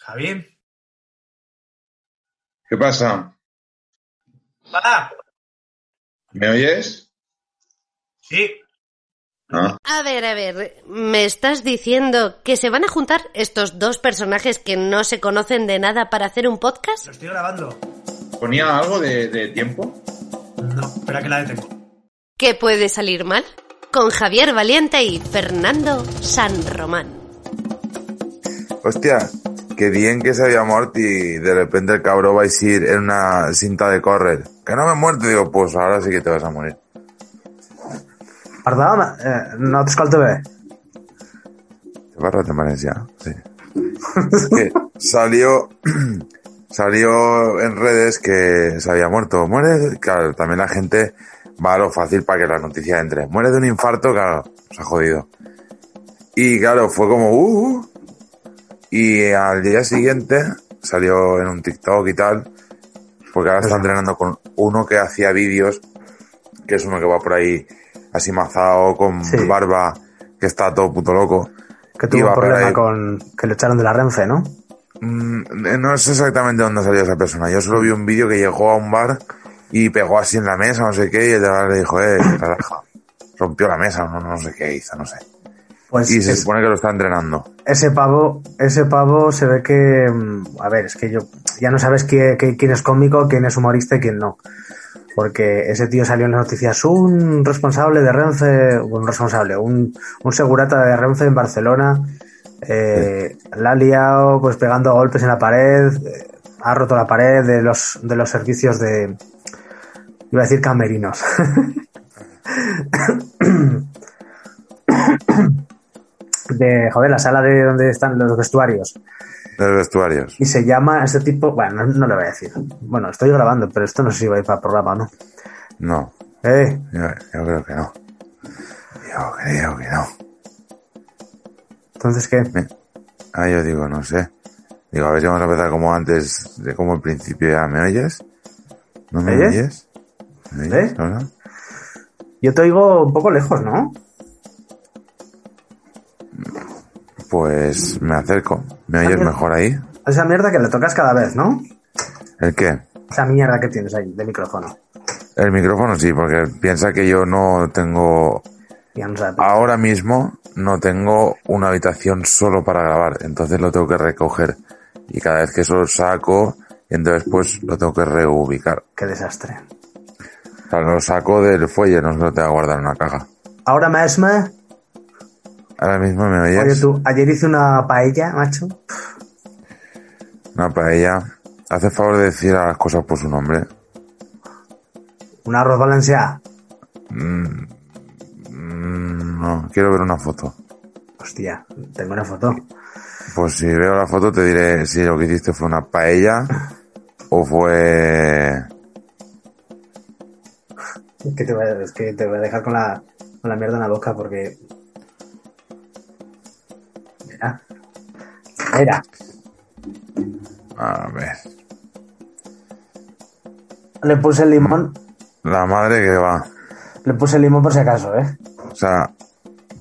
Javi. ¿Qué pasa? ¡Ah! ¿Me oyes? Sí. Ah, A ver, a ver, ¿me estás diciendo que se van a juntar estos dos personajes que no se conocen de nada para hacer un podcast? Lo estoy grabando. ¿Ponía algo de, de tiempo? No, espera que la detengo. ¿Qué puede salir mal? Con Javier Valiente y Fernando San Román. Hostia, qué bien que se había muerto y de repente el cabrón va a decir en una cinta de correr. Que no me he muerto, digo, pues ahora sí que te vas a morir. Perdó, eh, no t'escolto bé. Te vas a tomar ya. Sí. Que salió, salió en redes que se había muerto. Muere, claro, también la gente va a lo fácil para que la noticia entre. Muere de un infarto, claro, se ha jodido. Y claro, fue como, uh, uh. Y al día siguiente salió en un TikTok y tal, porque ahora está entrenando con uno que hacía vídeos, que es uno que va por ahí así mazao, con Sí. barba, que está todo puto loco. Que tuvo Iba un por problema ahí. con... que lo echaron de la Renfe, ¿no? Mm, No sé exactamente dónde salió esa persona. Yo solo vi un vídeo que llegó a un bar y pegó así en la mesa, no sé qué, y el de bar le dijo, eh, relaja. Rompió la mesa, no, no sé qué hizo, no sé. Pues Y se es- supone que lo está entrenando. ese pavo, ese pavo se ve que, mm, a ver, es que yo ya no sabes quién, qué- quién es cómico, quién es humorista y quién no. Porque ese tío salió en las noticias, un responsable de Renfe, un responsable, un, un segurata de Renfe en Barcelona, eh, la ha liado pues pegando golpes en la pared, eh, ha roto la pared de los, de los servicios de, iba a decir camerinos. de, joder, la sala de donde están los vestuarios. De los vestuarios. Y se llama este tipo. Bueno, no, no lo voy a decir. Bueno, estoy grabando, pero esto no sé si va a ir para el programa o no. No, Eh, yo, yo creo que no. Yo creo que no. entonces qué. Ah, yo digo, no sé. Digo, a ver si vamos a empezar como antes, de como al principio ya. ¿Me oyes? ¿No me ¿Me oyes? oyes? ¿Me oyes? ¿Eh? ahora? Yo te oigo un poco lejos, ¿no? Pues me acerco. ¿Me oyes Cambia- mejor ahí? Esa mierda que la tocas cada vez, ¿no? ¿El qué? Esa mierda que tienes ahí de micrófono. El micrófono sí, porque piensa que yo no tengo, Ya no sabes. ahora mismo no tengo una habitación solo para grabar, entonces lo tengo que recoger y cada vez que eso lo saco, entonces pues lo tengo que reubicar. Qué desastre. O sea, lo saco del fuelle, no se lo tengo que guardar en una caja. Ahora mismo, Ahora mismo me oye oyes tú, ayer hice una paella, macho. una paella. Hace favor de decir a las cosas por su nombre. Un arroz balanceado. Mm, No, quiero ver una foto. Hostia, tengo una foto. Pues si veo la foto te diré si lo que hiciste fue una paella o fue... Es que te voy a, es que te voy a dejar con la, con la mierda en la boca porque. Mira. Mira. A ver. Le puse el limón. La madre que va. Le puse el limón por si acaso, ¿eh? O sea,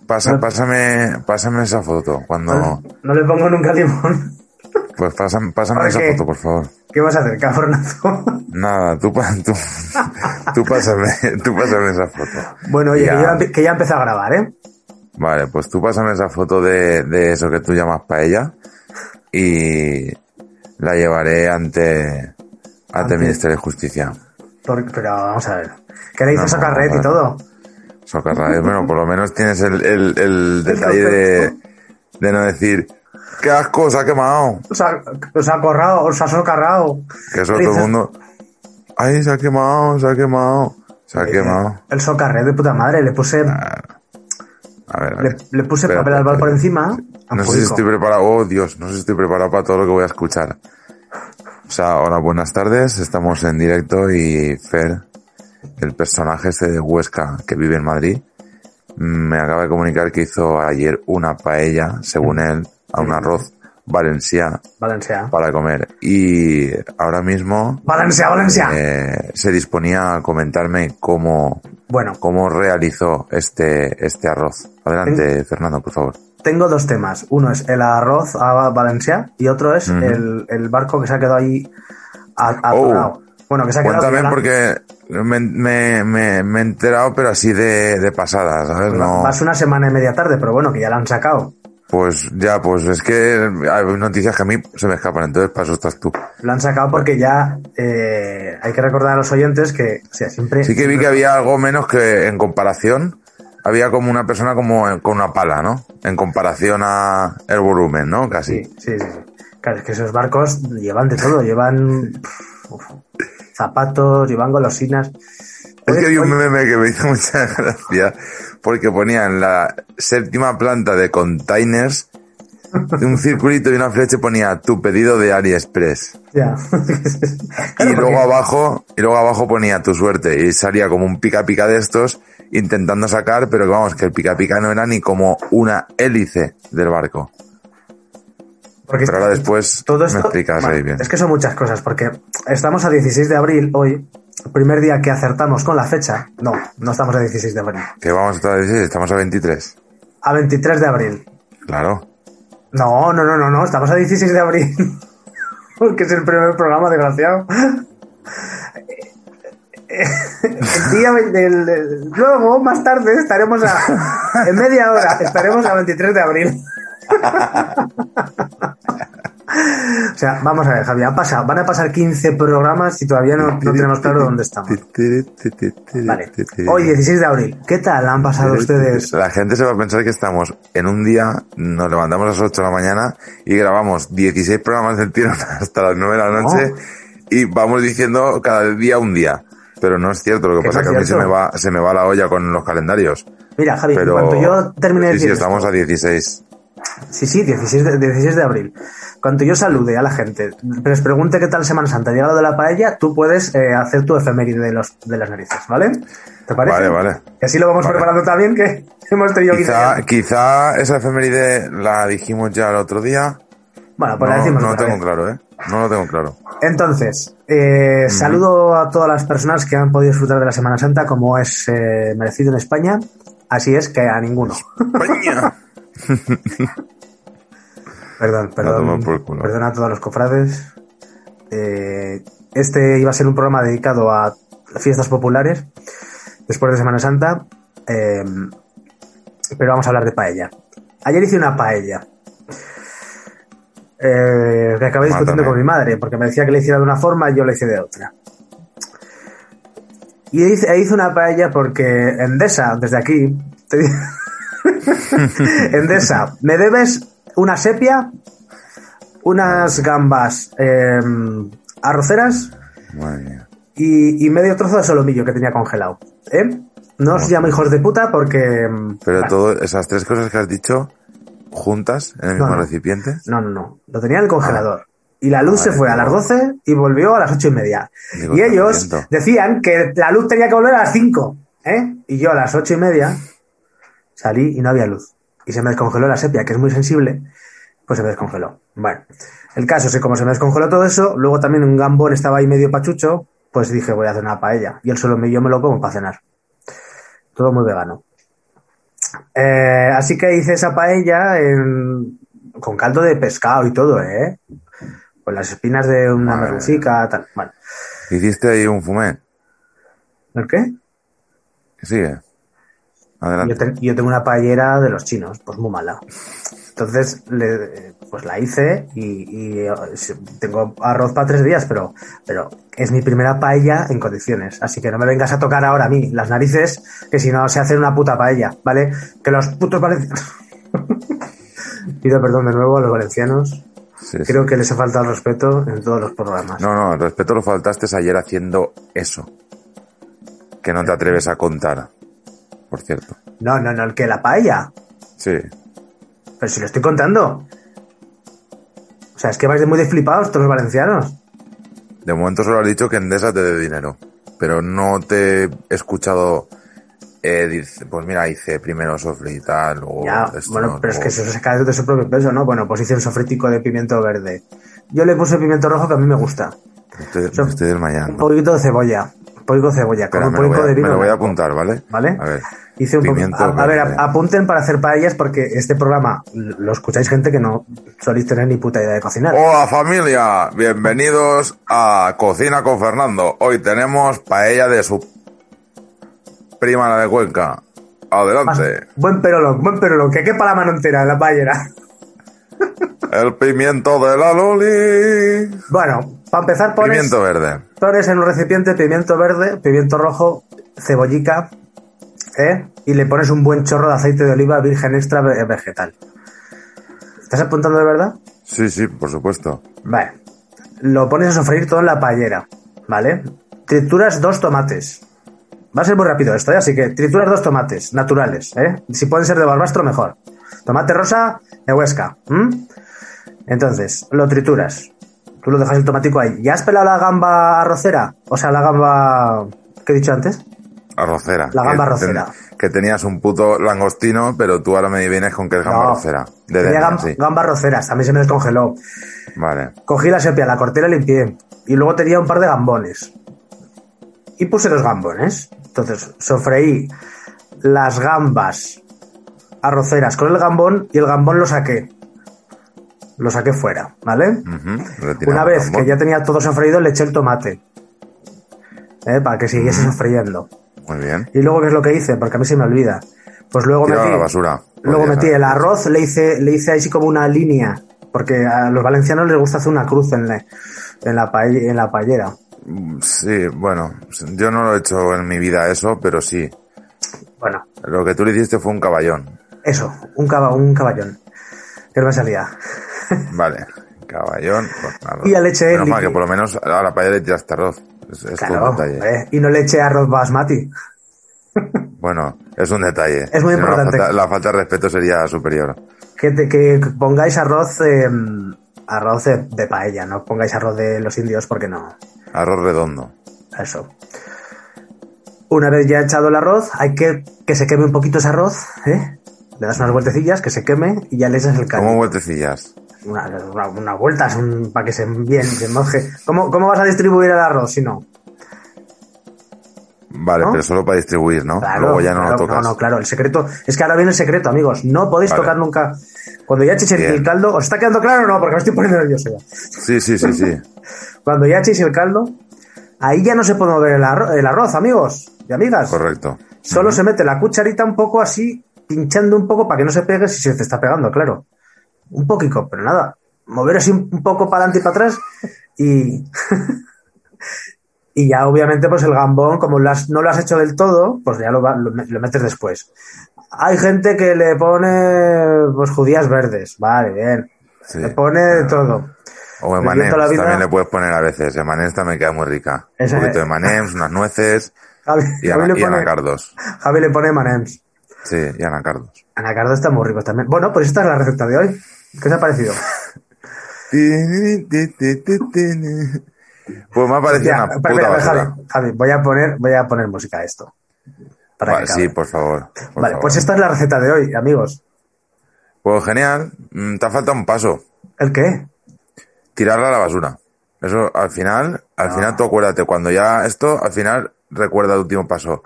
pasa, Ah. pásame, pásame esa foto. Cuando. No le pongo nunca limón. Pues pásame, pásame ¿Por esa qué? foto, por favor. ¿Qué vas a hacer, cabronazo? Nada, tú, pa- tú, tú, pásame, tú pásame esa foto. Bueno, oye, Ya. que ya, empe- que ya empezó a grabar, ¿eh? Vale, pues tú pásame esa foto de, de eso que tú llamas paella y la llevaré ante, ante Ante- el Ministerio de Justicia. Por- pero vamos a ver. Que No, le hizo no, socarret y vale. todo. Socarrades, bueno, por lo menos tienes el, el, el detalle de, de no decir, qué asco, se ha quemado. Os ha, os ha corrado, os ha socarrado. Que eso todo el mundo. Ay, se ha quemado, se ha quemado, se Eh, ha quemado. El socarret de puta madre. Le puse, A ver, a le, ver. le puse Espera, papel albal espera, por espera. encima. No sé si Ampurico. estoy preparado, oh Dios, no sé si estoy preparado para todo lo que voy a escuchar. O sea, hola, buenas tardes, estamos en directo y Fer, el personaje este de Huesca que vive en Madrid, mm, me acaba de comunicar que hizo ayer una paella, según él, a un arroz Valencia Valencia. para comer. Y ahora mismo Valencia, Valencia. eh, se disponía a comentarme cómo, Bueno, cómo realizó este, este arroz. Adelante, Fernando, por favor. tengo dos temas. Uno es el arroz a Valencia y otro es Ujú. Oh. el, el barco que se ha quedado ahí a- atorado. bueno, que se ha quedado Cuéntame atorado. porque me, me, me, me he enterado, pero así de, de pasada, ¿sabes? No, Vas una semana y media tarde, pero bueno, que ya la han sacado. pues ya, pues es que hay noticias que a mí se me escapan, entonces para eso estás tú. Lo han sacado porque ya eh, hay que recordar a los oyentes que o sea, siempre... Sí que vi que había algo menos que en comparación, había como una persona como en- con una pala, ¿no? En comparación a el volumen, ¿no? Sí, Casi. sí, sí. sí. Claro, es que esos barcos llevan de todo, llevan uf, zapatos, llevan golosinas. Es que Oye, vi un oye, meme que me hizo mucha gracia, porque ponía en la séptima planta de containers un circulito y una flecha y ponía tu pedido de AliExpress. ya. y Claro, luego porque- abajo y luego abajo ponía tu suerte y salía como un pica pica de estos intentando sacar pero que vamos que el pica pica no era ni como una hélice del barco porque pero ahora está- después todo esto, me explicas bueno, ahí bien Es que son muchas cosas, porque estamos a 16 de abril hoy, primer día que acertamos con la fecha. No, no estamos a 16 de abril. que vamos a estar a 16, estamos a 23 A 23 de abril. claro No, no, no, no, no, estamos a 16 de abril. Porque es el primer programa, desgraciado. El día ve- del, del- luego, más tarde, estaremos a. En media hora, estaremos a 23 de abril. O sea, vamos a ver, Javi, han pasado- van a pasar 15 programas y todavía no, no tenemos claro dónde estamos. Vale. Hoy, 16 de abril. ¿Qué tal han pasado ustedes? la gente se va a pensar que estamos en un día nos levantamos a las 8 de la mañana y grabamos 16 programas del tirón hasta las 9 de la noche y vamos diciendo cada día un día pero no es cierto lo que Que no pasa es es que a mí se cierto. me va se me va la olla con los calendarios Mira, Javi, pero en cuanto yo termine de sí, sí, decir esto- estamos a 16 Sí, sí, 16 de, 16 de abril. Cuando yo salude a la gente, les pregunte qué tal Semana Santa, llegado de la paella, tú puedes eh, hacer tu efeméride de, los, de las narices, ¿vale? ¿Te parece? Vale, vale. Y así lo vamos Vale. preparando también, que hemos tenido que quizá, quizá esa efeméride la dijimos ya el otro día Bueno, pues la no, decimos no lo otra tengo vez. claro eh no lo tengo claro Entonces, eh, saludo a todas las personas que han podido disfrutar de la Semana Santa como es eh, merecido en España. Así es que a ninguno. España. Perdón, A perdón. tomar por culo. Perdón a todos los cofrades. Eh, este iba a ser un programa dedicado a fiestas populares después de Semana Santa. eh, pero vamos a hablar de paella. Ayer hice una paella. eh, que acabé discutiendo Mátame. con mi madre, porque me decía que le hiciera de una forma y yo le hice de otra. Y hice, e hice una paella porque Endesa, desde aquí, te di- Endesa, me debes una sepia, unas gambas eh, arroceras Madre mía. y, y medio trozo de solomillo que tenía congelado. ¿eh? No os llamo hijos de puta porque... mm, pero vale. todo esas tres cosas que has dicho juntas en el mismo No, no. recipiente No, no, no. Lo tenía en el congelador. Y la luz Vale, se fue a digo. las 12 y volvió a las 8 y media. Digo, y te ellos reviento. decían que la luz tenía que volver a las 5. ¿eh? Y yo a las 8 y media salí y no había luz. Y se me descongeló la sepia, que es muy sensible. Pues se me descongeló. Bueno, el caso es que como se me descongeló todo eso, luego también un gambón estaba ahí medio pachucho, pues dije voy a hacer una paella. Y el solomillo me lo como para cenar. Todo muy vegano. Eh, así que hice esa paella en- con caldo de pescado y todo, ¿eh? Con las espinas de una Madre merlucica, tal. Bueno, hiciste ahí un fumé ¿el qué? sigue Yo, adelante ten- yo tengo una paellera de los chinos, pues muy mala. Entonces, le- eh, pues la hice y, y, eh, sí, tengo arroz para tres días, pero, pero es mi primera paella en condiciones. Así que no me vengas a tocar ahora a mí las narices, que si no se hace una puta paella, ¿vale? Que los putos valencianos... Pido perdón de nuevo a los valencianos. Sí, sí. Creo que les ha faltado el respeto en todos los programas. No, no, el respeto lo faltaste ayer haciendo eso. Que no te atreves a contar. Por cierto. No, no, no, el que la paella. Sí. Pero si lo estoy contando. O sea, es que vais de muy desflipados todos los valencianos. De momento solo has dicho que Endesa te dé dinero. Pero no te he escuchado eh, dice, pues mira, hice primero sofre y tal, luego Ya, esto, bueno, pero es que luego- eso se cae de su propio peso, ¿no? Bueno, pues hice un sofritico de pimiento verde. Yo le puse pimiento rojo que a mí me gusta. Me estoy, eso- me estoy Un desmayando. poquito de cebolla. Un poquito de cebolla, Espera, como un me lo, poquito voy a, de me vino. lo voy a blanco, apuntar, ¿vale? ¿Vale? A ver, Hice un poco- Pimiento a, a ver, verde. a- apunten para hacer paellas porque este programa lo escucháis gente que no soléis tener ni puta idea de cocinar. Hola familia, bienvenidos a Cocina con Fernando. Hoy tenemos paella de su prima la de Cuenca. Más- Adelante. buen perolón, buen perolón, que quepa la mano entera en la paellera. El pimiento de la Loli. Bueno, para empezar pones, Pimiento verde. pones en un recipiente pimiento verde, pimiento rojo, cebollica, ¿eh? Y le pones un buen chorro de aceite de oliva virgen extra ve- vegetal. ¿Estás apuntando de verdad? Sí, sí, por supuesto. Vale. Lo pones a sofreír todo en la paellera, ¿vale? Trituras dos tomates. Va a ser muy rápido esto, ¿eh? así que trituras dos tomates naturales, ¿eh? Si pueden ser de barbastro, mejor. Tomate rosa de Huesca. ¿m? Entonces, lo trituras. Tú lo dejas el tomatico ahí. ¿Ya has pelado la gamba arrocera? O sea, la gamba... ¿Qué he dicho antes? Arrocera. La gamba Que arrocera. ten- que tenías un puto langostino, pero tú ahora me vienes con que es gamba No. arrocera. De Tenía Denia, gam- sí. gamba arroceras, a mí se me descongeló. Vale. Cogí la sepia, la corté y la limpié. Y luego tenía un par de gambones. Y puse los gambones. Entonces, sofreí las gambas arroceras con el gambón y el gambón lo saqué. Lo saqué fuera, ¿vale? Ujú. Una Retiramos vez Mm, gambón. que ya tenía todo sofreído, le eché el tomate. ¿eh? Para que siguiese Mm. sofriendo. Muy bien. Y luego, ¿qué es lo que hice? Porque a mí se me olvida. Pues luego Tira a metí- la basura. Pues Luego Podrías metí haber- el arroz, le hice, le hice así como una línea, porque a los valencianos les gusta hacer una cruz en la, en la, pae- en la paellera. Sí, bueno, yo no lo he hecho en mi vida eso, pero sí. Bueno, Lo que tú le hiciste fue un caballón. eso, un, caba- un caballón. Que no me salía. Vale, caballón con arroz. Y la leche Menos líquida. mal que por lo menos a la paella le tiraste arroz. Es, es Claro, un detalle. hombre, y no le eché arroz basmati. Bueno, es un detalle. Es muy Si no, importante. La falta, la falta de respeto sería superior. Que, te- que pongáis arroz, eh, arroz de, de paella, no pongáis arroz de los indios porque no, Arroz redondo. Eso. Una vez ya echado el arroz, hay que que se queme un poquito ese arroz, ¿eh? Le das unas vueltecillas, que se queme y ya le echas el ¿Cómo caldo. vueltecillas? Una, una, una vuelta es un- para que se bien, se moje. ¿Cómo, ¿Cómo vas a distribuir el arroz si no? Vale, ¿No? pero solo para distribuir, ¿no? Claro, Luego ya no claro, lo tocas. No, no, claro. El secreto es que ahora viene el secreto, amigos. No podéis Vale. tocar nunca. Cuando ya echéis el, Bien. el caldo, ¿os está quedando claro o no? Porque me estoy poniendo nervioso ya. Sí, sí, sí, sí. Cuando ya echéis el caldo, ahí ya no se puede mover el, arro- el arroz, amigos y amigas. Correcto. Solo se mete la cucharita un poco así, pinchando un poco para que no se pegue si se te está pegando, claro. Un poquito, pero nada. Mover así un un poco para adelante y para atrás y. y ya, obviamente, pues el gambón, como lo has- no lo has hecho del todo, pues ya lo, va- lo me- lo metes después. Hay gente que le pone pues judías verdes, vale, bien. Sí. Le pone de todo. O Le invento la emanems, vida. también le puedes poner a veces. Emanems también queda muy rica. Esa- Un poquito de emanems, unas nueces Javi, y, Javi ana, le y pone, anacardos. Javi le pone manems. Sí, y anacardos. Anacardo está muy rico también. Bueno, pues esta es la receta de hoy. ¿Qué os ha parecido? Pues me ha parecido Ya, una espera, puta espera, basura. Javi, Javi, voy a poner, voy a poner música a esto. Para Vale, que acabe. sí, por favor. por vale, favor. pues esta es la receta de hoy, amigos. Pues genial. Mm, Te ha faltado un paso. ¿El qué? Tirarla a la basura. Eso al final, al Ah. final tú acuérdate, cuando ya esto, al final recuerda el último paso.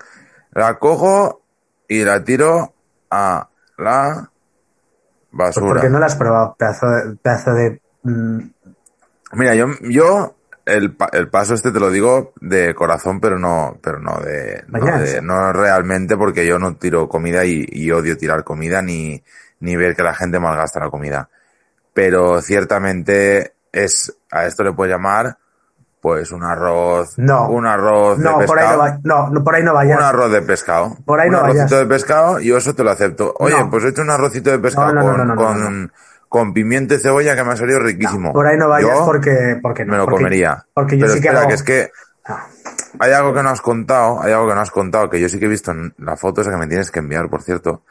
La cojo y la tiro a la Pues basura. porque no la has probado, pedazo de. Pedazo de mm, Mira, yo, yo el, pa- el paso este te lo digo de corazón, pero no, pero no de, no, Venganza. de- no realmente porque yo no tiro comida y, y odio tirar comida ni, ni ver que la gente malgasta la comida. Pero ciertamente es, a esto le puedo llamar, pues un arroz, No. un arroz no, de por ahí no, pescado. va- no, no, por ahí no un vayas. arroz de pescado. Por ahí un no arrocito vayas. de pescado, yo eso te lo acepto. Oye, No. pues he hecho un arrocito de pescado no, no, con, no, no, no, con, con pimiento y cebolla que me ha salido riquísimo. por ahí no vayas Yo- porque, porque no. me lo porque- comería. Porque yo Pero sí que espera, hago. que es que Ah, hay algo que no has contado, hay algo que no has contado, que yo sí que he visto en la foto esa que me tienes que enviar, por cierto.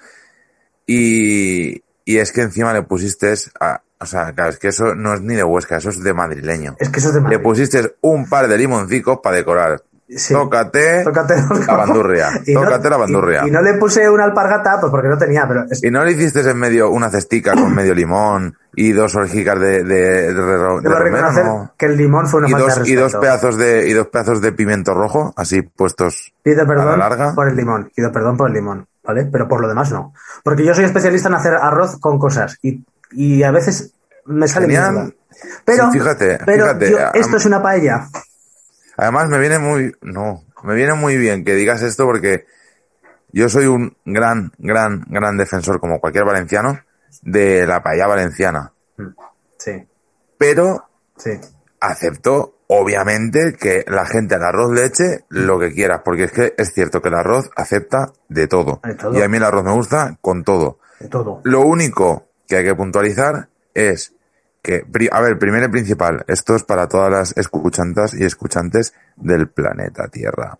Y, y es que encima le pusiste, a- o sea, claro, es que eso no es ni de Huesca, eso es de madrileño. es que eso es de Le Madrid. pusiste un par de limoncicos para decorar. sí. Tócate, Tócate los la bandurria. Y no- Tócate la bandurria. Y, y no le puse una alpargata, pues porque no tenía, pero es- ¿Y no le hiciste en medio una cestica con medio limón y dos orgicas de, de, de, ro- de debo romero? reconocer ¿no? que el limón fue una Y falta de dos, y respeto. dos pedazos de y dos pedazos de pimiento rojo así puestos Pido a la perdón larga. por el limón, pido perdón por el limón, ¿vale? Pero por lo demás no. Porque yo soy especialista en hacer arroz con cosas y, y a veces me sale Genial. mierda. Pero, Sí, fíjate, pero fíjate, yo- am- esto es una paella. Además me viene muy no, me viene muy bien que digas esto porque yo soy un gran gran gran defensor como cualquier valenciano de la paella valenciana, Sí, pero sí. acepto obviamente que la gente al arroz le eche lo que quieras, porque es que es cierto que el arroz acepta de todo. De todo. Y a mí el arroz me gusta con todo. De todo. Lo único que hay que puntualizar es que, pri- a ver, primero y principal, esto es para todas las escuchantas y escuchantes del planeta Tierra.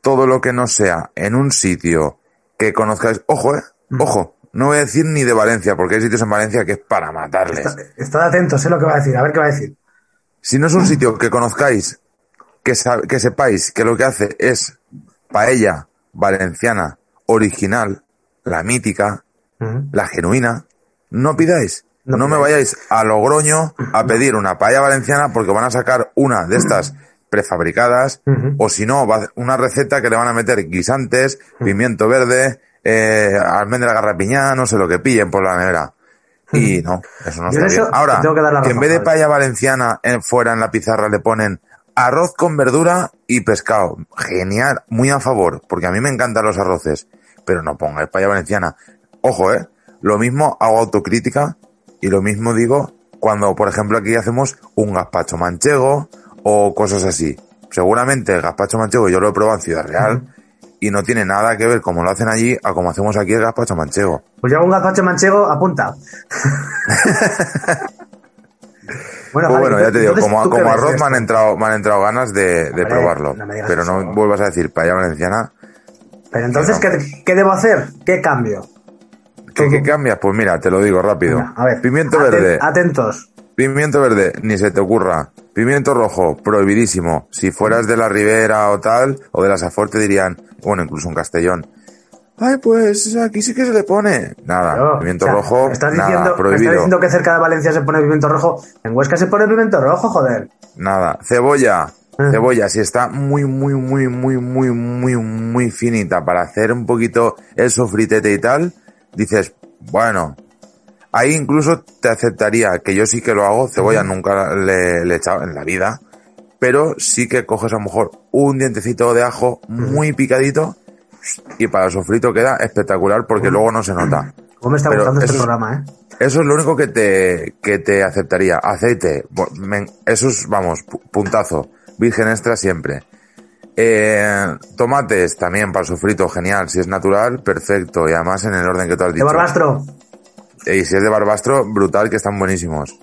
Todo lo que no sea en un sitio que conozcáis, ojo, eh, ojo, no voy a decir ni de Valencia, porque hay sitios en Valencia que es para matarles. Está- Estad atentos, sé lo que va a decir, a ver qué va a decir. Si no es un sitio que conozcáis, que, sa- que sepáis que lo que hace es paella valenciana, original, la mítica, Ujú. la genuina, no pidáis. No No, me pidáis. vayáis a Logroño a pedir una paella valenciana porque van a sacar una de estas prefabricadas Ujú. o si no, va a- una receta que le van a meter guisantes, pimiento verde, eh, almendra garrapiñada, no sé lo que pillen por la nevera. Y no, eso no Yo está en eso bien. Ahora, te tengo que dar la que en razón, vez de Javi. paella valenciana en- fuera en la pizarra le ponen arroz con verdura y pescado. Genial, muy a favor, porque a mí me encantan los arroces. Pero no pongáis paella valenciana. Ojo, ¿eh? Lo mismo hago autocrítica y lo mismo digo cuando, por ejemplo, aquí hacemos un gazpacho manchego o cosas así. Seguramente el gazpacho manchego yo lo he probado en Ciudad Real y no tiene nada que ver como lo hacen allí a como hacemos aquí el gazpacho manchego. Pues yo hago un gazpacho manchego, apunta. bueno, Pues bueno, Javi, ya te digo, entonces, como, ¿tú qué como ves arroz de me han, esto? entrado, me han entrado ganas de, de Hombre, probarlo. no me digas pero no eso. vuelvas a decir paella valenciana. Pero entonces, Que ¿qué, qué debo hacer? ¿Qué cambio? ¿Qué, qué Ujú. cambias? Pues mira, te lo digo rápido. Venga, a ver. Pimiento Aten- verde. Atentos. Pimiento verde, ni se te ocurra. Pimiento rojo, prohibidísimo. Si fueras de la Ribera o tal, o de la Safor, te dirían, bueno, incluso un Castellón. Ay, pues aquí sí que se le pone. Nada, Yo, pimiento o sea, rojo, me estás nada, diciendo, me prohibido. estás diciendo que cerca de Valencia se pone pimiento rojo. En Huesca se pone pimiento rojo, joder. Nada, cebolla. Ah. Cebolla, si está muy, muy, muy, muy, muy, muy, muy finita para hacer un poquito el sofritete y tal, dices, bueno, ahí incluso te aceptaría, que yo sí que lo hago, cebolla nunca le, le he echado en la vida, pero sí que coges a lo mejor un dientecito de ajo muy picadito y para el sofrito queda espectacular porque luego no se nota. ¿Cómo me está Pero gustando este eso es- programa, eh? Eso es lo único que te, que te aceptaría. Aceite. bo- men- Eso es, vamos, pu- puntazo. Virgen extra siempre. Eh, tomates también para el sofrito, genial. Si es natural, perfecto. Y además en el orden que tú has De dicho. Barbastro. Y si es de barbastro, brutal, que están buenísimos.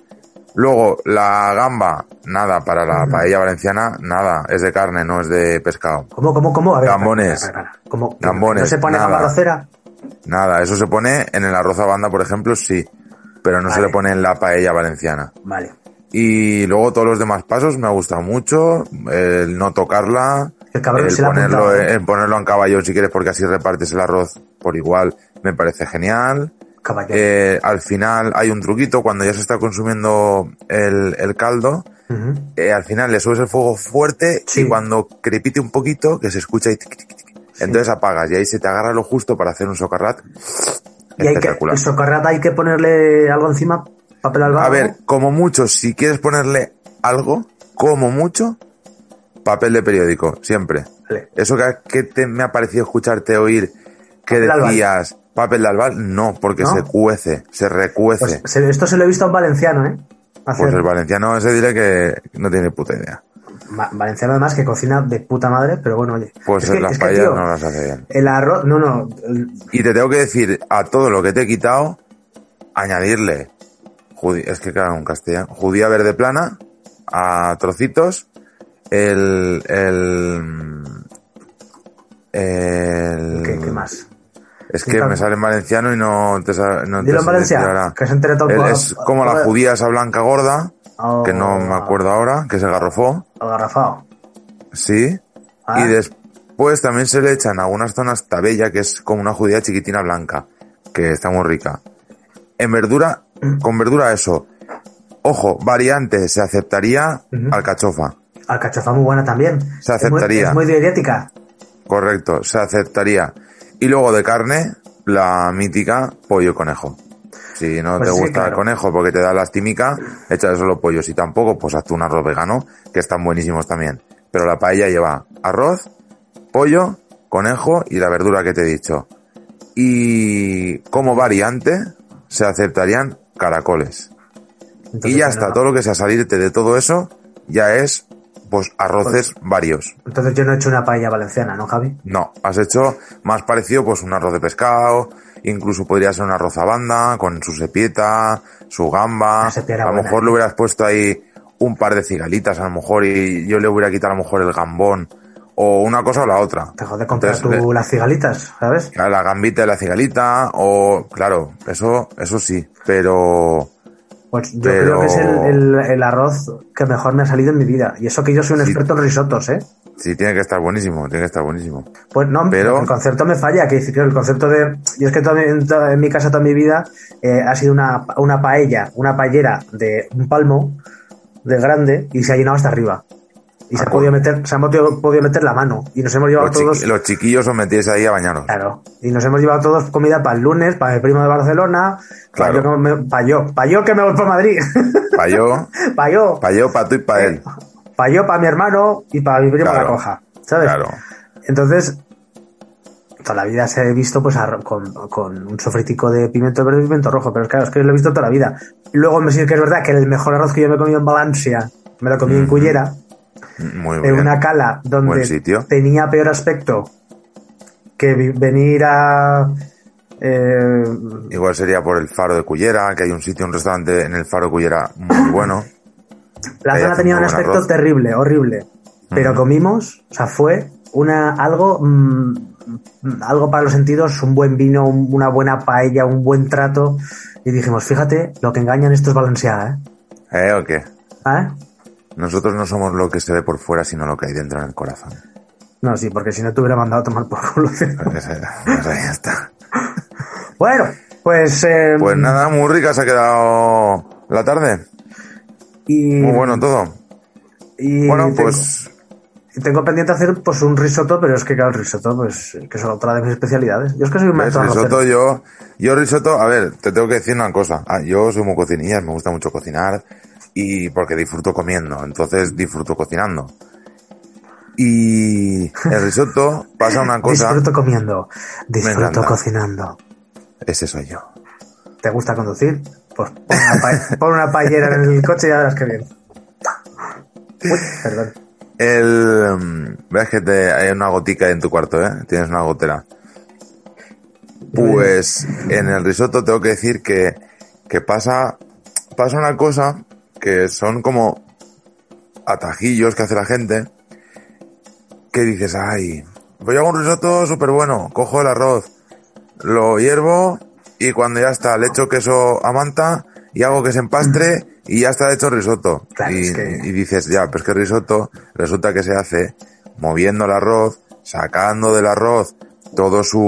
Luego, la gamba, nada, para la paella valenciana, nada. Es de carne, no es de pescado. ¿Cómo, cómo, cómo? A ver, Gambones. para, para, para, para. ¿Cómo? ¿Que- que ¿No Gambones, se pone nada. gamba rocera? Nada, eso se pone en el arroz a banda, por ejemplo, sí. Pero no se Vale. le pone en la paella valenciana. Vale. Y luego todos los demás pasos me ha gustado mucho. El no tocarla. El cabrón el se la ha ponerlo, apuntado, ¿eh? en ponerlo en caballón si quieres, porque así repartes el arroz por igual. Me parece genial. Caballero. Eh, al final hay un truquito. Cuando ya se está consumiendo el, el caldo, Ujú. eh, al final le subes el fuego fuerte Sí. y cuando crepite un poquito, que se escucha y tic, tic, tic, tic, entonces apagas y ahí se te agarra lo justo para hacer un socarrat. Y hay que, Espectacular. el socarrat hay que ponerle algo encima, papel al A barro. ver, como mucho, si quieres ponerle algo, como mucho, papel de periódico, siempre. Vale. Eso que, que te, me ha parecido escucharte oír que Papel albal. decías papel de albal, no, porque ¿No? se cuece, se recuece. Pues se- esto se lo he visto a un valenciano, ¿eh? Pues, Hacer- el valenciano ese diré que no tiene puta idea. Va- Valenciano además que cocina de puta madre, pero bueno, oye. Pues es que, las es que, paellas tío, no las hace bien. el arroz, no, no, el- Y te tengo que decir a todo lo que te he quitado, añadirle, judi- es que claro, un castellano, judía verde plana, a trocitos, el, el, el, ¿qué, qué más? Es que me sale en valenciano y no te sa- no te Dilo en sé decir Valencia, ahora. que se entere todo el El- pueblo. Es como la judía esa blanca gorda, Oh, que no me acuerdo ahora, que se garrofó. Agarrafado. sí. Ah. Y después también se le echan a algunas zonas tabella, que es como una judía chiquitina blanca, que está muy rica. En verdura, Mm. con verdura eso. Ojo, variante, se aceptaría Ujú. alcachofa. Alcachofa muy buena también. Se Es muy- aceptaría. Es muy, diurética. Correcto, se aceptaría. Y luego de carne, la mítica pollo conejo. Si no Pues te sí, gusta el claro. conejo porque te da lastimica, échale solo pollo. Si tampoco, pues hazte un arroz vegano, que están buenísimos también. Pero la paella lleva arroz, pollo, conejo y la verdura que te he dicho. Y como variante, se aceptarían caracoles. Entonces, y ya yo está, no- todo lo que sea salirte de todo eso, ya es, pues, arroces varios. Entonces yo no he hecho una paella valenciana, ¿no, Javi? No, has hecho más parecido pues un arroz de pescado, incluso podría ser un arroz a banda con su sepieta, su gamba. La sepia era a lo buena, mejor ¿eh? le hubieras puesto ahí un par de cigalitas a lo mejor y yo le hubiera quitado a lo mejor el gambón o una cosa o la otra. Te de comprar Entonces, tú las cigalitas, ¿sabes? Claro, la gambita y la cigalita o claro, eso eso sí, pero Pues yo Pero- creo que es el, el- el arroz que mejor me ha salido en mi vida. Y eso que yo soy un Sí. experto en risotos, ¿eh? sí tiene que estar buenísimo, tiene que estar buenísimo. Pues no, Pero- el concepto me falla. Que decir, que el concepto de. Yo es que toda mi- en, toda- en mi casa toda mi vida eh, ha sido una, una paella, una paellera de un palmo, de grande, y se ha llenado hasta arriba. Y Ah, se, ha podido bueno. Pues meter, se han podido, podido meter la mano. Y nos hemos llevado Los, todos. chiqui- los chiquillos os metíais ahí a bañaros. Claro. Y nos hemos llevado todos comida para el lunes, para el primo de Barcelona, Claro. para yo, que me- para yo, para yo que me voy para Madrid, Pa' yo, para yo, pa' yo, pa' tú y pa' él. para yo, para mi hermano y para mi primo Claro. la coja, ¿sabes? Claro. Entonces, toda la vida se he visto pues arro- con, con un sofritico de pimiento verde y pimiento rojo, pero es claro, es que lo he visto toda la vida. Luego me sí que es verdad que el mejor arroz que yo me he comido en Valencia, me lo comí en Ujú. Cullera, Muy bien. en una cala donde Buen sitio. tenía peor aspecto que vi- venir a... eh, Igual sería por el Faro de Cullera, que hay un sitio, un restaurante en el Faro de Cullera muy bueno. la Ahí zona hacen tenía muy buen un aspecto arroz. terrible, horrible, pero comimos, o sea, fue una algo mm, mm, algo para los sentidos, un buen vino, un- una buena paella, un buen trato y dijimos, fíjate, lo que engañan estos valencianos, ¿eh? ¿Eh o qué? ¿Ah? Nosotros no somos lo que se ve por fuera, sino lo que hay dentro en el corazón. No, sí, porque si no te hubiera mandado a tomar por culo. Pues, eh, pues ahí está. bueno, pues eh, Pues nada, muy rica se ha quedado la tarde. y, Muy bueno todo. y Bueno, tengo- pues y tengo pendiente hacer pues un risotto, pero es que claro, el risotto pues que es otra de mis especialidades. Yo es que soy un ¿ves? maestro arrocero. risotto yo... Yo risotto, a ver, te tengo que decir una cosa. Ah, yo soy muy cocinilla, me gusta mucho cocinar y porque disfruto comiendo, entonces disfruto cocinando. Y el risotto pasa una cosa... Disfruto comiendo, disfruto encanta. cocinando. Ese soy yo. ¿Te gusta conducir? Pues pon una, pa- pon una paellera en el coche y ya verás que bien. Uy, perdón. El. mm, Ves que te, hay una gotica en tu cuarto, ¿eh? Tienes una gotera. Pues en el risotto tengo que decir que, que pasa, pasa una cosa que son como atajillos que hace la gente que dices, ay, voy a hago un risotto súper bueno, cojo el arroz, lo hiervo y cuando ya está, le echo queso a manta y hago que se empastre y ya está hecho el risotto. Claro, y, es que- y dices, ya, pero es que el risotto resulta que se hace moviendo el arroz, sacando del arroz todo su...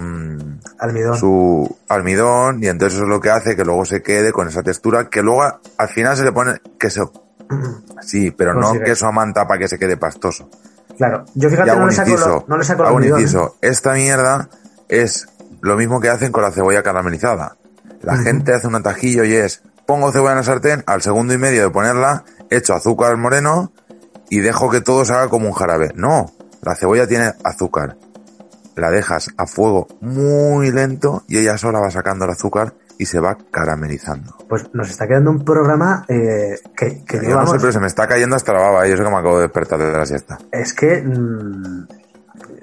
mm, Almidón. su almidón y entonces eso es lo que hace que luego se quede con esa textura que luego a- al final se le pone queso. Sí, pero no Consigue. queso a manta para que se quede pastoso. Claro, yo Y fíjate, hago no un le, saco lo- inciso. no le saco el hago un almidón. ¿eh? inciso. Ah, Esta mierda es lo mismo que hacen con la cebolla caramelizada. La Ujú. gente hace un atajillo y es, pongo cebolla en la sartén, al segundo y medio de ponerla, echo azúcar al moreno y dejo que todo se haga como un jarabe. No, la cebolla tiene azúcar. La dejas a fuego muy lento y ella sola va sacando el azúcar y se va caramelizando. Pues nos está quedando un programa eh, que, que Yo no llevamos- sé, pero se me está cayendo hasta la baba. ¿eh? Yo sé que me acabo de despertar de la siesta. Es que mm,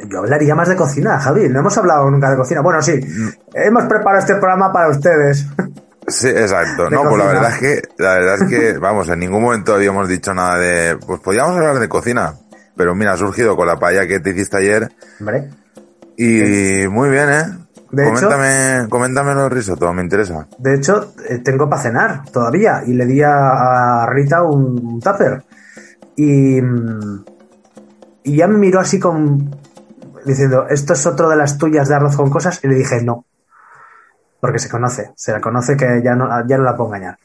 yo hablaría más de cocina, Javi. No hemos hablado nunca de cocina. Bueno, sí, Mm. hemos preparado este programa para ustedes. Sí, exacto. De No, pues la cocina. verdad es que, la verdad es que, vamos, en ningún momento habíamos dicho nada de, pues podíamos hablar de cocina, pero mira, ha surgido con la paella que te hiciste ayer Hombre, y muy bien, ¿eh? De hecho- coméntame, coméntame los risotos, me interesa. de hecho, eh, tengo para cenar todavía y le di a, a Rita un, un tupper. Y, mm, Y ya me miró así con. diciendo, esto es otro de las tuyas de arroz con cosas. Y le dije, no. Porque se conoce, se la conoce que ya no, ya no la puedo engañar.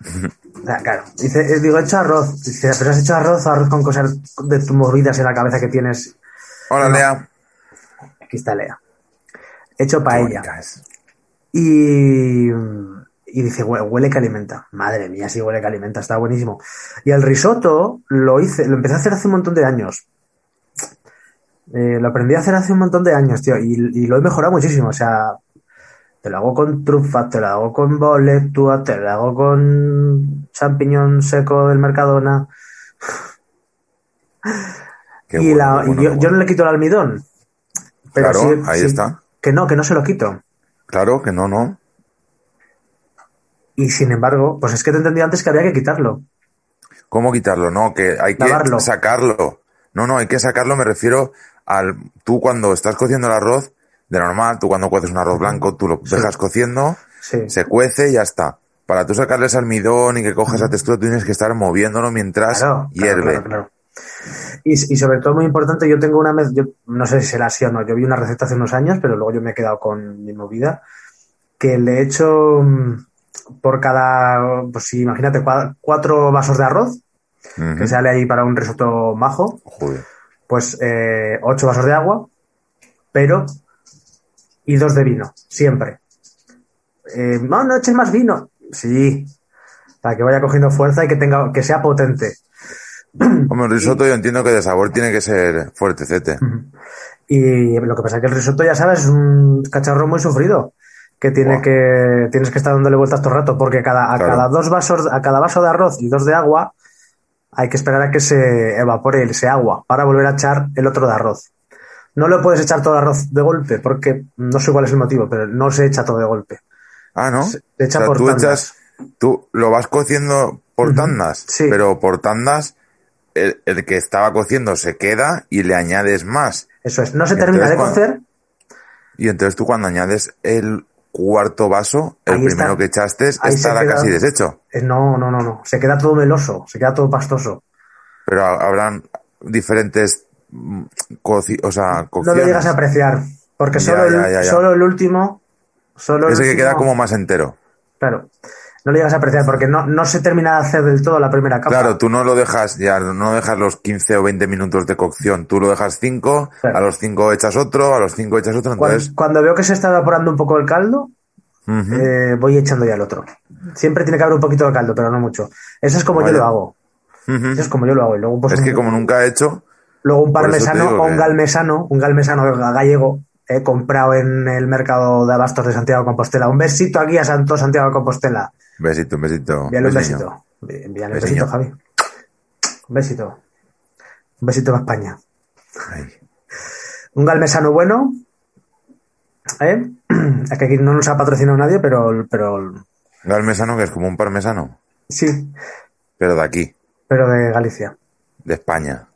O sea, claro. Dice, eh, digo, he hecho arroz. Dice, pero has hecho arroz o arroz con cosas de tus mordidas en la cabeza que tienes. Hola, Lea. Aquí está Lea. He hecho Qué paella. bonita es. Y, y dice, "Hue- huele que alimenta. Madre mía, sí huele que alimenta, está buenísimo. Y el risotto lo hice, lo empecé a hacer hace un montón de años. Eh, lo aprendí a hacer hace un montón de años, tío, y, y lo he mejorado muchísimo. O sea, te lo hago con trufa, te lo hago con boletua, te lo hago con champiñón seco del Mercadona. Qué y bueno, la- qué bueno, y yo, qué yo bueno. no le quito el almidón. Pero Claro, sí- ahí sí- está. Que no, que no se lo quito. Claro que no, no. Y sin embargo, pues es que te entendí antes que había que quitarlo. ¿Cómo quitarlo? No, que hay que Lavarlo. sacarlo. No, no, hay que sacarlo, me refiero al... Tú cuando estás cociendo el arroz, de normal, tú cuando cueces un arroz blanco, tú lo Sí. dejas cociendo, Sí. se cuece y ya está. Para tú sacarle ese almidón y que coja esa textura, tú tienes que estar moviéndolo mientras Claro, claro, hierve. claro, claro. Y, y sobre todo muy importante, yo tengo una mez- yo no sé si será así o no, yo vi una receta hace unos años, pero luego yo me he quedado con mi movida, que le he hecho mm, por cada, pues sí, imagínate, cua- cuatro vasos de arroz, Ujú. que sale ahí para un risotto majo, Joder. pues eh, ocho vasos de agua, pero, y dos de vino, siempre. Eh, no, no eches más vino, sí, para que vaya cogiendo fuerza y que tenga, que sea potente. Hombre, el risotto yo entiendo que de sabor tiene que ser fuertecete. Y lo que pasa es que el risotto, ya sabes, es un cacharro muy sufrido. Que, tiene Buah. que tienes que estar dándole vueltas todo el rato, porque cada, a, Claro. cada dos vasos, a cada vaso de arroz y dos de agua hay que esperar a que se evapore ese agua para volver a echar el otro de arroz. No lo puedes echar todo el arroz de golpe, porque no sé cuál es el motivo, pero no se echa todo de golpe. Ah, ¿no? Se se echa O sea, por tú tandas. echas- tú lo vas cociendo por Ujú, tandas, sí. pero por tandas el, el que estaba cociendo se queda y le añades más. Eso es, no se termina Entonces, de cuando- cocer, Y entonces tú cuando añades el cuarto vaso, el Ahí está. primero que echaste Ahí se estará queda. casi deshecho. eh, no, no, no, no, se queda todo meloso, se queda todo pastoso. Pero ha- habrán diferentes mm, coci- o sea, no cocciones. lo llegas a apreciar. Porque Ya, solo, ya, el, ya, ya. solo el último. Solo el Ese que queda último- como más entero. Claro. No lo llegas a apreciar porque no, no se termina de hacer del todo la primera capa. Claro, tú no lo dejas, ya no dejas los 15 o 20 minutos de cocción, tú lo dejas 5, Claro. a los 5 echas otro, a los 5 echas otro, Cuan- entonces... Cuando, veo que se está evaporando un poco el caldo, ujú. eh, voy echando ya el otro. Siempre tiene que haber un poquito de caldo, pero no mucho. Eso es como yo Vaya. lo hago. Ujú. Eso es como yo lo hago. Y luego, pues, Es que un- como nunca he hecho, luego un por eso te parmesano digo o un que- galmesano, un galmesano gallego, he comprado en el mercado de abastos de Santiago de Compostela. Un besito aquí a Santo Santiago de Compostela. besito, besito. pues, Envíale un besiño. besito. Envíale un Besiño. besito, Javi. Un besito. Un besito para España. Ay. Un galmesano bueno. ¿eh? Es que aquí no nos ha patrocinado nadie, pero, pero Galmesano que es como un parmesano, sí, pero de aquí, pero de Galicia. de España.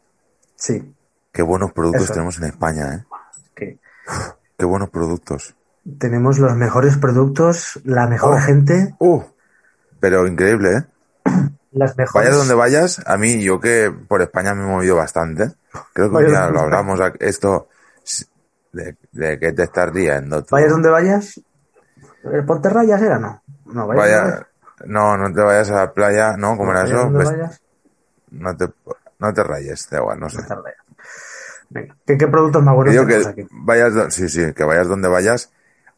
Sí. Qué buenos productos Eso. tenemos en España, ¿eh? Es que Qué buenos productos. tenemos los mejores productos, la mejor Oh. gente, Uh, pero increíble, ¿eh? las mejores. Vayas donde vayas, a mí, yo que por España me he movido bastante, creo que un Vayas día donde lo hablamos, a- esto, s- de, de que te estás riendo tú. Vayas donde vayas. Eh, Ponte rayas era, no. No, vayas Vaya- donde vayas. no, no te vayas a la playa, no, como era Vayas eso, Pues- donde Ves- vayas, no te, no te rayes, da igual, no sé. ponte rayas. Venga, ¿Qué, qué productos más buenos Digo tenemos que aquí? vayas, do- sí, sí, que vayas donde vayas,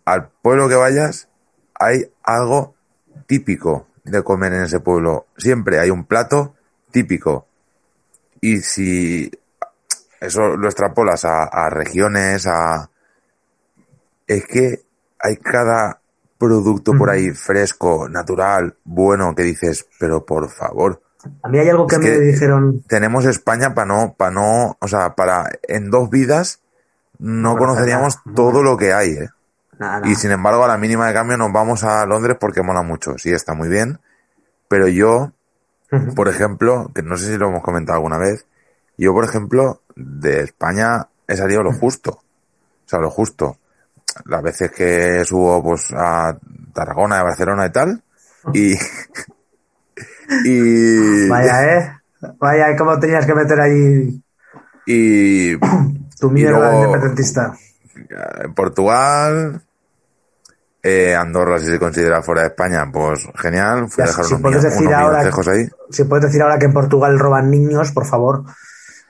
al pueblo que vayas, hay algo típico de comer en ese pueblo. Siempre hay un plato típico. Y si eso lo extrapolas a, a regiones, a... Es que hay cada producto por Ujú. ahí fresco, natural, bueno, que dices, pero por favor, A mí hay algo que es me que- dijeron. tenemos España para no, para no, o sea, para en dos vidas no, No conocer conoceríamos nada. todo lo que hay, ¿eh? Nada, Y sin embargo, a la mínima de cambio nos vamos a Londres porque mola mucho. Sí, está muy bien. Pero yo, por ejemplo, que no sé si lo hemos comentado alguna vez, yo, por ejemplo, de España he salido lo justo. O sea, lo justo. Las veces que subo pues a Tarragona, a Barcelona y tal. Y... y... Vaya, ¿eh? Vaya, ¿cómo tenías que meter ahí? Y Tu Y mierda luego- independentista. en Portugal, eh, Andorra, si se considera fuera de España, pues genial. Fui Ya, a dejar si unos, puedes mia- decir unos ahora- millancejos ahí. Si puedes decir ahora que en Portugal roban niños, por favor.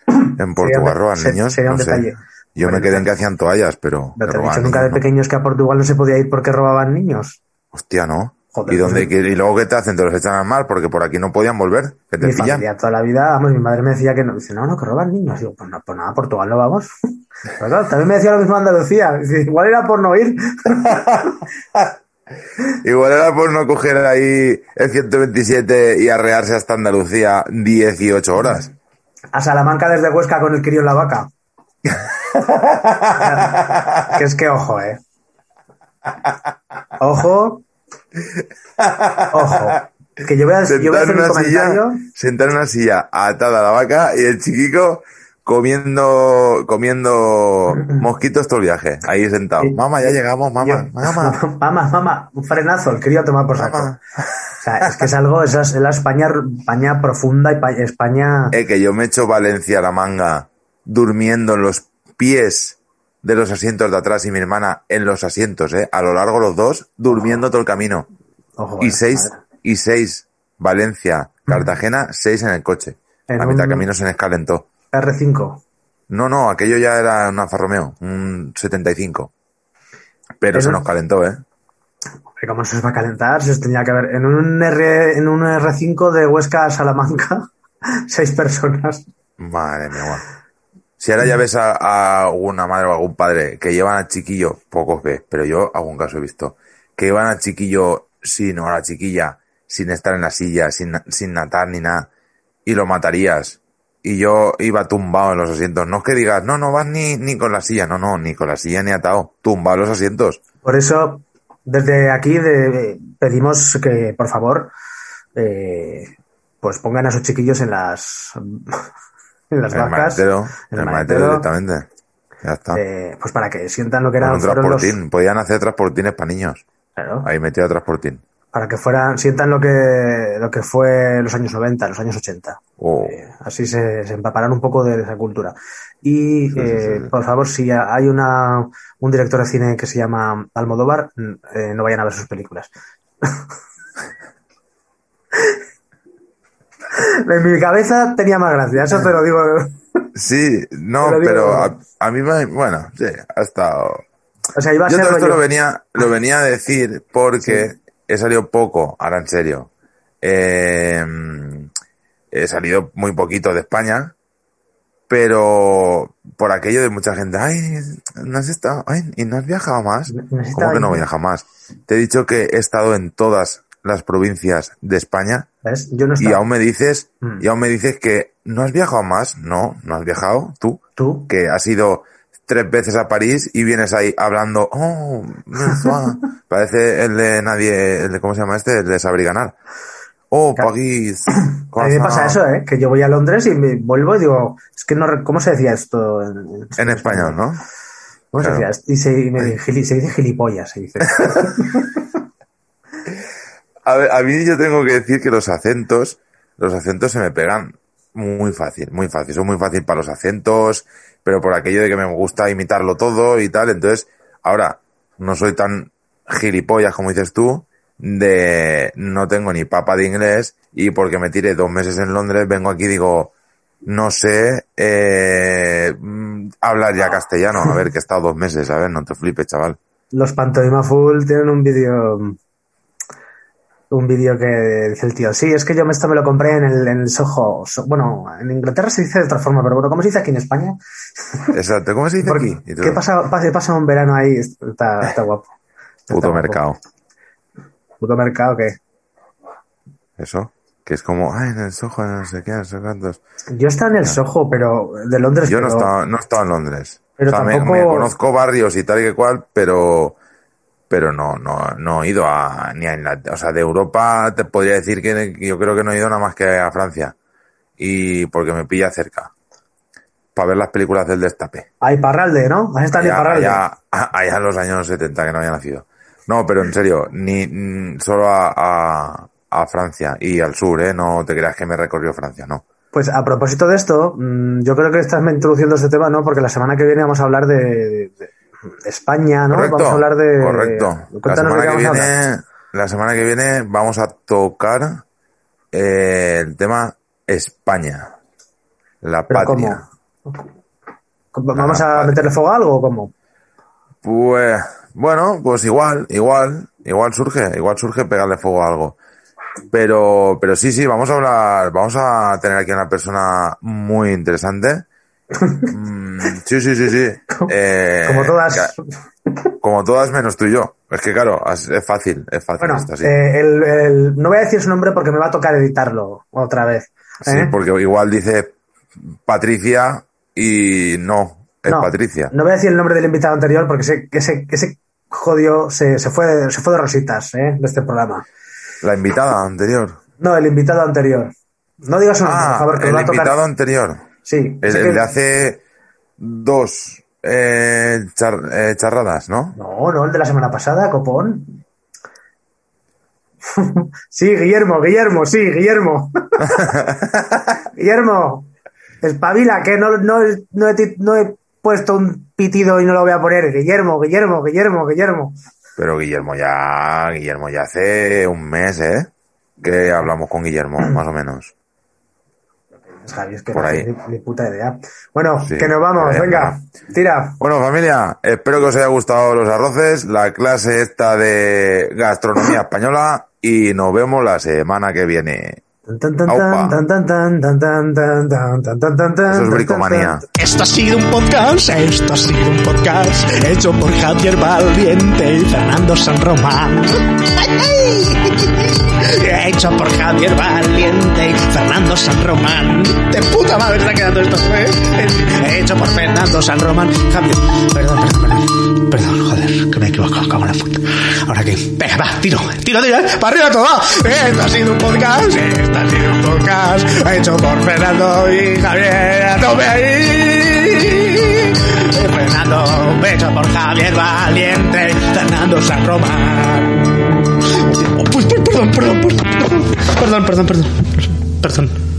En Sería un Portugal de- roban se- niños. sería un no sé. detalle. Yo Hombre, me quedé no en te- que hacían toallas, pero. No que te he dicho robaban nunca de niños, ¿no? pequeños que a Portugal no se podía ir porque robaban niños. Hostia, ¿no? Joder, ¿Y, dónde, pues- y luego qué te hacen? ¿Te los echan al mar? Porque por aquí no podían volver. ¿Que te Mi pillan? familia toda la vida, vamos, mi madre me decía que no, dice, no, no, que roban niños. Digo, pues, no, pues nada, a Portugal no vamos. Pero claro, también me decía lo mismo Andalucía, Dice, igual era por no ir. Igual era por no coger ahí el 127 y arrearse hasta Andalucía 18 horas. A Salamanca desde Huesca con el crío en la vaca. que es que ojo, eh. Ojo. Ojo. Que yo voy a, yo voy Sentar a hacer en, un una silla, comentario. sentar en una silla atada a la vaca y el chiquico comiendo comiendo mosquitos todo el viaje. Ahí sentado. Sí. Mamá, ya llegamos, mamá. Yo- Mamá, mamá, mamá, un frenazo, el crío a tomar por saco. mamá. O sea, es que es algo, es la, es la España, España profunda y pa- España. Eh, que yo me echo Valencia a la manga durmiendo en los pies de los asientos de atrás y mi hermana en los asientos, eh, a lo largo los dos, durmiendo todo el camino. Ojo, Y eh, seis, madre. y seis, Valencia, Cartagena, seis en el coche. En a mitad un- de camino se me escalentó. R5. No, no, aquello ya era un Alfa Romeo, un 75. Pero En se un- nos calentó, ¿eh? Hombre, ¿Cómo se os va a calentar? Se os tenía que ver. En un, R, en un R5 de Huesca a Salamanca, seis personas. Madre mía, guau. Si ahora ya ves a, a alguna madre o algún padre que llevan al chiquillo, pocos ves, pero yo algún caso he visto, que llevan al chiquillo sin o a la chiquilla, sin estar en la silla, sin, sin natar ni nada, y lo matarías. Y yo iba tumbado en los asientos. No es que digas, no, no vas ni, ni con la silla, no, no, ni con la silla ni atado, tumbado en los asientos. Por eso, desde aquí de- pedimos que, por favor, eh, pues pongan a sus chiquillos en las. En las El vacas. maletero, el el, maletero maletero. directamente. Ya está. eh, pues para que sientan lo que Con eran un fueron los transportín, podían hacer transportines para niños. claro, Ahí metía transportín. para que fueran sientan lo que lo que fue los años 90 los años 80 Oh, Eh, así se, se empaparán un poco de esa cultura y Sí, sí, eh, sí, sí. por favor si hay una un director de cine que se llama Almodóvar n- eh, no vayan a ver sus películas en mi cabeza tenía más gracia eso te lo digo Sí, Te no, lo digo de pero verdad. a, a mí me, bueno, sí, ha estado. o sea iba a Yo ser todo esto rollo- lo venía, lo venía a decir porque he salido poco, ahora en serio. Eh, he salido muy poquito de España, pero por aquello de mucha gente, ay, no has estado, ay, y no has viajado más. No has ¿Cómo estado que no ahí. voy a viajar más? Te he dicho que he estado en todas las provincias de España ¿ves? yo no y estaba aún me dices, Mm. y aún me dices que no has viajado más. No, no has viajado tú tú que has ido tres veces a París y vienes ahí hablando, oh, mensual. parece el de nadie, el de, ¿cómo se llama este? El de saber y ganar. Oh, Ca- París. a mí me pasa croissant. eso, ¿eh? Que yo voy a Londres y me vuelvo y digo, es que no, re- ¿cómo se decía esto en, en- En en español, ¿no? ¿Cómo Claro. se decía? Y se, y me di- gili- se dice gilipollas, se dice. A, ver, a mí yo tengo que decir que los acentos, los acentos se me pegan muy fácil, muy fácil. Son muy fácil para los acentos, pero por aquello de que me gusta imitarlo todo y tal. Entonces, ahora, no soy tan gilipollas como dices tú, de no tengo ni papa de inglés y porque me tiré dos meses en Londres, vengo aquí y digo, no sé, eh, mm, hablar ya castellano. A ver, que he estado dos meses, a ver, no te flipes, chaval. Los Pantomima Full tienen un vídeo. Un vídeo que dice el tío, sí, es que yo esto me lo compré en el, en el Soho. So- bueno, en Inglaterra se dice de otra forma, pero bueno, ¿cómo se dice aquí en España? Exacto, ¿cómo se dice Porque- aquí? Y tú, ¿Qué pasa, pasa, pasa un verano ahí? Está, está guapo. Está Puto guapo. mercado. Puto mercado que. Eso. Que es como, ay, en el Soho, no sé qué, no sé cuántos. Yo estaba en el Soho, pero de Londres, Yo no Pues pero estaba, no estaba en Londres. pero o sea, me- tampoco- me, conozco barrios y tal y que cual, pero, pero no, no, no he ido a, ni a Inglaterra. O sea, de Europa te podría decir que yo creo que no he ido nada más que a Francia. Y porque me pilla cerca. Para ver las películas del destape. hay Parralde, ¿no? Has estado en Allá, Parralde. allá, a- allá en los años 70 que no había nacido. No, pero en serio, ni mm, solo a, a, a Francia y al sur, ¿eh? No te creas que me recorrió Francia, no. Pues a propósito de esto, mm, yo creo que estás introduciendo este tema, ¿no? Porque la semana que viene vamos a hablar de, de- de España, ¿no? Correcto. vamos a hablar de. Correcto. de- La cuéntanos de semana, qué que vamos a hablar. viene, la semana que viene vamos a tocar eh, el tema España. La Pero patria. ¿cómo? ¿Vamos Ah, a vale. meterle fuego a algo o cómo? Pues bueno, pues igual, igual, igual surge, igual surge pegarle fuego a algo. Pero, pero sí, sí, vamos a hablar, vamos a tener aquí a una persona muy interesante. Mm, sí, sí, sí, sí. Eh, Como todas. ca- Como todas menos tú y yo. Es que claro, as- es fácil, es fácil Bueno, esto, sí. eh, el- el- no voy a decir su nombre porque me va a tocar editarlo otra vez. Sí, ¿eh? porque igual dice Patricia y no, es no, Patricia. No voy a decir el nombre del invitado anterior porque ese, ese, ese jodido se, se fue, se fue de rositas ¿eh? de este programa. La invitada anterior. No, el invitado anterior. No digas su nombre, por Ah, favor, que me el va a tocar. invitado anterior. Sí, El, sé el que- de hace dos eh, char- eh, charradas, ¿no? No, no, el de la semana pasada, copón. sí, Guillermo, Guillermo, sí, Guillermo. Guillermo, espabila, que no, no, no he, ti- no he puesto un pitido y no lo voy a poner. Guillermo, Guillermo, Guillermo, Guillermo. Pero Guillermo ya, Guillermo ya hace un mes, ¿eh? Que hablamos con Guillermo, más o menos. Javi, es que Por no ahí. tienes ni, ni puta idea. Bueno, Sí, que nos por vamos, ahí venga, andará. tira. Bueno, familia, espero que os haya gustado los arroces, la clase esta de gastronomía española y nos vemos la semana que viene. Tan, tan, Aupa. tan, tan, tan, tan, tan, tan, tan, tan, tan, tan, tan, Eso es tan, bricomanía. Esto ha sido un podcast, esto ha sido un podcast hecho por Javier Valiente y Fernando San Román. Hecho por Javier Valiente y Fernando San Román. De puta madre está quedando esto, ¿eh? Hecho por Fernando San Román. Javier, perdón, perdón, perdón. Perdón, joder, que me he equivocado, cago en la puta. Ahora aquí, venga, va, tiro, tiro, tiro, ¿eh? para arriba todo, va. Esto ha sido un podcast, esto ha sido un podcast hecho por Fernando y Javier. ¡A tope ahí! Fernando, hecho por Javier Valiente, Fernando San Román. Pues, pues, perdón, perdón, perdón, perdón, perdón, perdón, perdón, perdón.